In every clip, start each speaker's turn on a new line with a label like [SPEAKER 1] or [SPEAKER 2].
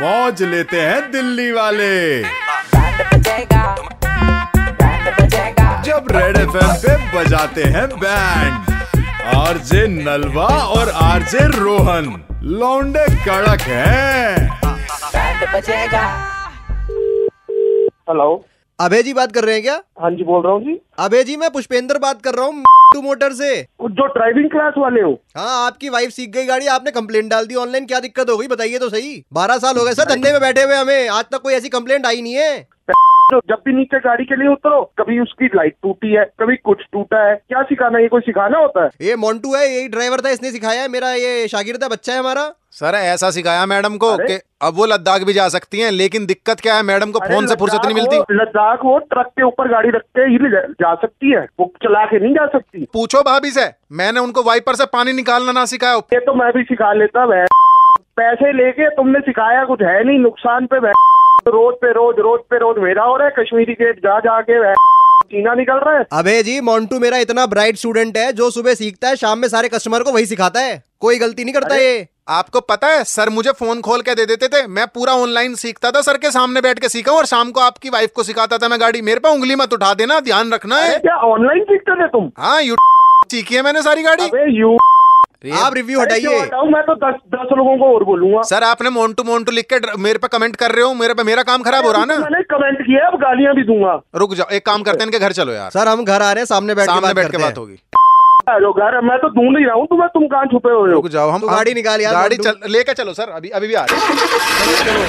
[SPEAKER 1] मौज लेते हैं दिल्ली वाले जब रेड एफ पे बजाते हैं बैंड आरजे नलवा और आरजे रोहन लौंडे कड़क हैं
[SPEAKER 2] हेलो
[SPEAKER 3] अभय जी बात कर रहे हैं क्या
[SPEAKER 2] हाँ जी बोल रहा हूँ जी
[SPEAKER 3] अभय जी मैं पुष्पेंद्र बात कर रहा हूँ टू मोटर से
[SPEAKER 2] वो जो ड्राइविंग क्लास वाले हो
[SPEAKER 3] हाँ आपकी वाइफ सीख गई गाड़ी आपने कंप्लेंट डाल दी ऑनलाइन क्या दिक्कत हो गई बताइए तो सही बारह साल हो गए सर धंधे में बैठे हुए हमें आज तक कोई ऐसी कंप्लेंट आई नहीं है
[SPEAKER 2] जो जब भी नीचे गाड़ी के लिए उतरो कभी उसकी लाइट टूटी है कभी कुछ टूटा है क्या सिखाना है? ये कोई सिखाना होता है
[SPEAKER 3] ये मोन्टू है यही ड्राइवर था इसने सिखाया है मेरा ये शागिर्द है बच्चा है हमारा
[SPEAKER 4] सर ऐसा सिखाया मैडम को
[SPEAKER 2] अरे?
[SPEAKER 4] कि अब वो लद्दाख भी जा सकती हैं लेकिन दिक्कत क्या है मैडम को फोन से
[SPEAKER 2] अरे
[SPEAKER 4] फुर्सत नहीं
[SPEAKER 2] लद्दाख
[SPEAKER 4] मिलती
[SPEAKER 2] वो- लद्दाख वो ट्रक के ऊपर गाड़ी रख के ही ले- जा सकती है वो चला के नहीं जा सकती
[SPEAKER 4] पूछो भाभी से मैंने उनको वाइपर से पानी निकालना ना सिखाया
[SPEAKER 2] ये तो मैं भी सिखा लेता वह पैसे लेके तुमने सिखाया कुछ है नहीं नुकसान पे वह रोज पे रोज रोज पे रोज मेरा हो रहा है कश्मीरी गेट जा जाके वह चीना निकल रहा है
[SPEAKER 3] अबे जी मोन्टू मेरा इतना ब्राइट स्टूडेंट है जो सुबह सीखता है शाम में सारे कस्टमर को वही सिखाता है कोई गलती नहीं करता ये
[SPEAKER 4] आपको पता है सर मुझे फोन खोल के दे देते थे मैं पूरा ऑनलाइन सीखता था सर के सामने बैठ के सीखा और शाम को आपकी वाइफ को सिखाता था मैं गाड़ी मेरे पे उंगली मत उठा देना ध्यान रखना
[SPEAKER 2] अरे
[SPEAKER 4] है
[SPEAKER 2] क्या ऑनलाइन सीखते थे तुम
[SPEAKER 4] हाँ यू सीखी है मैंने सारी गाड़ी
[SPEAKER 2] अबे यू
[SPEAKER 3] आप रिव्यू
[SPEAKER 2] अरे क्यों
[SPEAKER 3] हटाइए
[SPEAKER 2] हटाऊं? मैं तो दस दस लोगों को और बोलूंगा
[SPEAKER 4] सर आपने मोन्टू मोन्टू लिख के ड्र- मेरे पे कमेंट कर रहे हो मेरे पे मेरा काम खराब हो रहा है ना
[SPEAKER 2] मैंने कमेंट किया अब गालियां भी दूंगा
[SPEAKER 4] रुक जाओ एक काम करते हैं इनके घर चलो यार
[SPEAKER 3] सर हम घर आ रहे हैं सामने बैठ के
[SPEAKER 4] सामने
[SPEAKER 3] बात
[SPEAKER 4] बैठ के
[SPEAKER 3] करते हैं
[SPEAKER 4] बात होगी
[SPEAKER 2] हेलो घर मैं तो ढूंढ ही रहा हूँ तुम्हें तुम कहाँ छुपे हुए हो
[SPEAKER 4] रुक जाओ हम
[SPEAKER 3] तू तो गाड़ी निकाल यार,
[SPEAKER 4] गाड़ी
[SPEAKER 3] मोन्टू।
[SPEAKER 4] चल लेके चलो सर अभी अभी भी आ रहे हैं।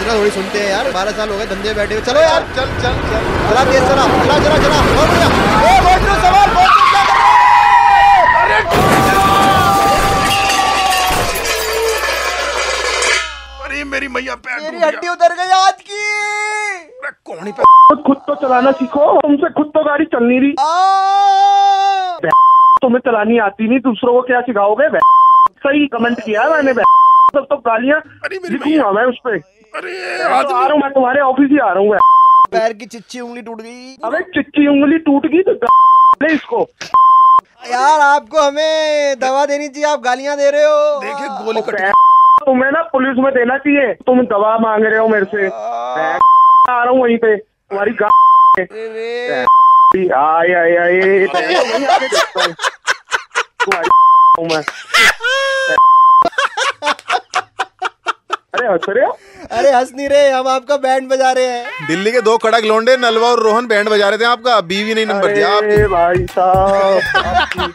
[SPEAKER 3] इतना थोड़ी सुनते हैं यार बारह साल हो गए धंधे में बैठे हुए चलो यार
[SPEAKER 4] चल चल चल
[SPEAKER 3] चला तेज चला चला चला चला बहुत बढ़िया ओ बहुत बढ़िया सवाल बहुत बढ़िया सवाल।
[SPEAKER 5] अरे मेरी मैया पैर
[SPEAKER 3] मेरी
[SPEAKER 5] टूट गया।
[SPEAKER 3] हड्डी उतर गई आज की
[SPEAKER 5] अरे कौन ही पे
[SPEAKER 2] खुद- खुद तो चलाना सीखो हमसे खुद तो गाड़ी चल नहीं रही
[SPEAKER 3] आ!
[SPEAKER 2] तुम्हें चलानी आती नहीं दूसरों को क्या सिखाओगे बे? सही कमेंट किया है मैंने बे। तब तो गालियां
[SPEAKER 5] अरे मेरी
[SPEAKER 2] लिखूंगा मैं उस पे
[SPEAKER 5] अरे
[SPEAKER 2] मैं तो आ रहा हूँ मैं तुम्हारे ऑफिस ही आ रहा हूँ बे।
[SPEAKER 3] पैर की चिच्ची उंगली टूट गई
[SPEAKER 2] अबे चिच्ची उंगली टूट गई तो गा- ले इसको
[SPEAKER 3] यार आपको हमें दवा देनी चाहिए आप गालियां दे रहे हो
[SPEAKER 5] देखे गोली कट
[SPEAKER 2] बे- तुम्हें ना पुलिस में देना चाहिए तुम दवा मांग रहे हो मेरे से बे- आ रहा हूँ वहीं पे तुम्हारी गा-
[SPEAKER 3] अरे,
[SPEAKER 2] आए आए आए तुम्हारी हूं मैं अरे हंस रहे हो
[SPEAKER 3] अरे हंस नहीं रहे हम आपका बैंड बजा रहे हैं
[SPEAKER 4] दिल्ली के दो कड़क लौंडे नलवा और रोहन बैंड बजा रहे थे आपका बीवी ने नंबर दिया आपकी
[SPEAKER 2] अरे भाई साहब